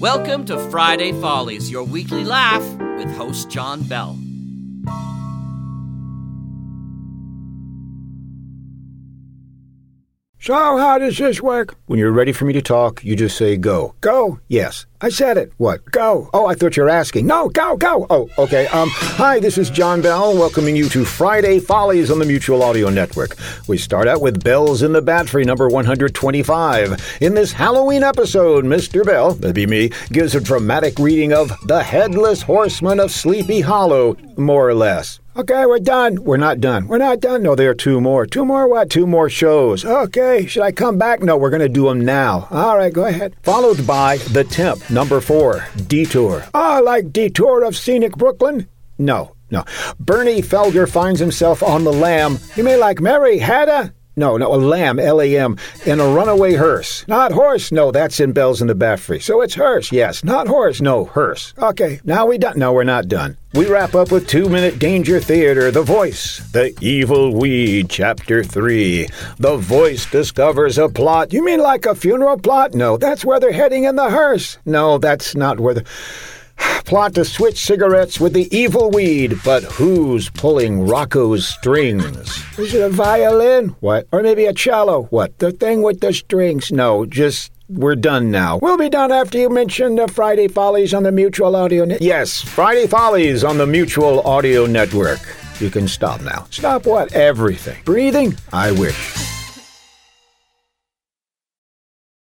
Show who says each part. Speaker 1: Welcome to Friday Follies, your weekly laugh with host John Bell.
Speaker 2: So how does this work?
Speaker 3: When you're ready for me to talk, you just say go.
Speaker 2: Go.
Speaker 3: Yes.
Speaker 2: I said it.
Speaker 3: What?
Speaker 2: Go.
Speaker 3: Oh, I thought you were asking.
Speaker 2: No, go, go.
Speaker 3: Oh, okay. Um, hi, this is John Bell, welcoming you to Friday Follies on the Mutual Audio Network. We start out with Bells in the Battery, number 125. In this Halloween episode, Mr. Bell, that'd be me, gives a dramatic reading of The Headless Horseman of Sleepy Hollow, more or less.
Speaker 2: Okay, we're done.
Speaker 3: We're not done.
Speaker 2: We're not done.
Speaker 3: No, there are two more. Two more what? Two more shows.
Speaker 2: Okay, should I come back?
Speaker 3: No, we're going to do them now.
Speaker 2: All right, go ahead.
Speaker 3: Followed by The Temp, number four, Detour. Ah,
Speaker 2: Oh, like Detour of Scenic Brooklyn?
Speaker 3: No, no. Bernie Felger finds himself on the lam.
Speaker 2: You mean like Mary Hatter?
Speaker 3: No, no, a lamb, L A M, in a runaway hearse.
Speaker 2: Not horse.
Speaker 3: No, that's in Bells in the Battery.
Speaker 2: So it's hearse.
Speaker 3: Yes, not horse. No, hearse.
Speaker 2: Okay,
Speaker 3: now we done. No, we're not done. We wrap up with Two Minute Danger Theater, The Voice, The Evil Weed, Chapter 3. The Voice discovers a plot.
Speaker 2: You mean like a funeral plot?
Speaker 3: No,
Speaker 2: that's where they're heading in the hearse.
Speaker 3: No, that's not where the. Plot to switch cigarettes with the evil weed, but who's pulling Rocco's strings?
Speaker 2: Is it a violin?
Speaker 3: What?
Speaker 2: Or maybe a cello?
Speaker 3: What?
Speaker 2: The thing with the strings?
Speaker 3: No, just we're done now.
Speaker 2: We'll be done after you mention the Friday Follies on the Mutual Audio Network.
Speaker 3: Yes, Friday Follies on the Mutual Audio Network. You can stop now.
Speaker 2: Stop what?
Speaker 3: Everything.
Speaker 2: Breathing?
Speaker 3: I wish.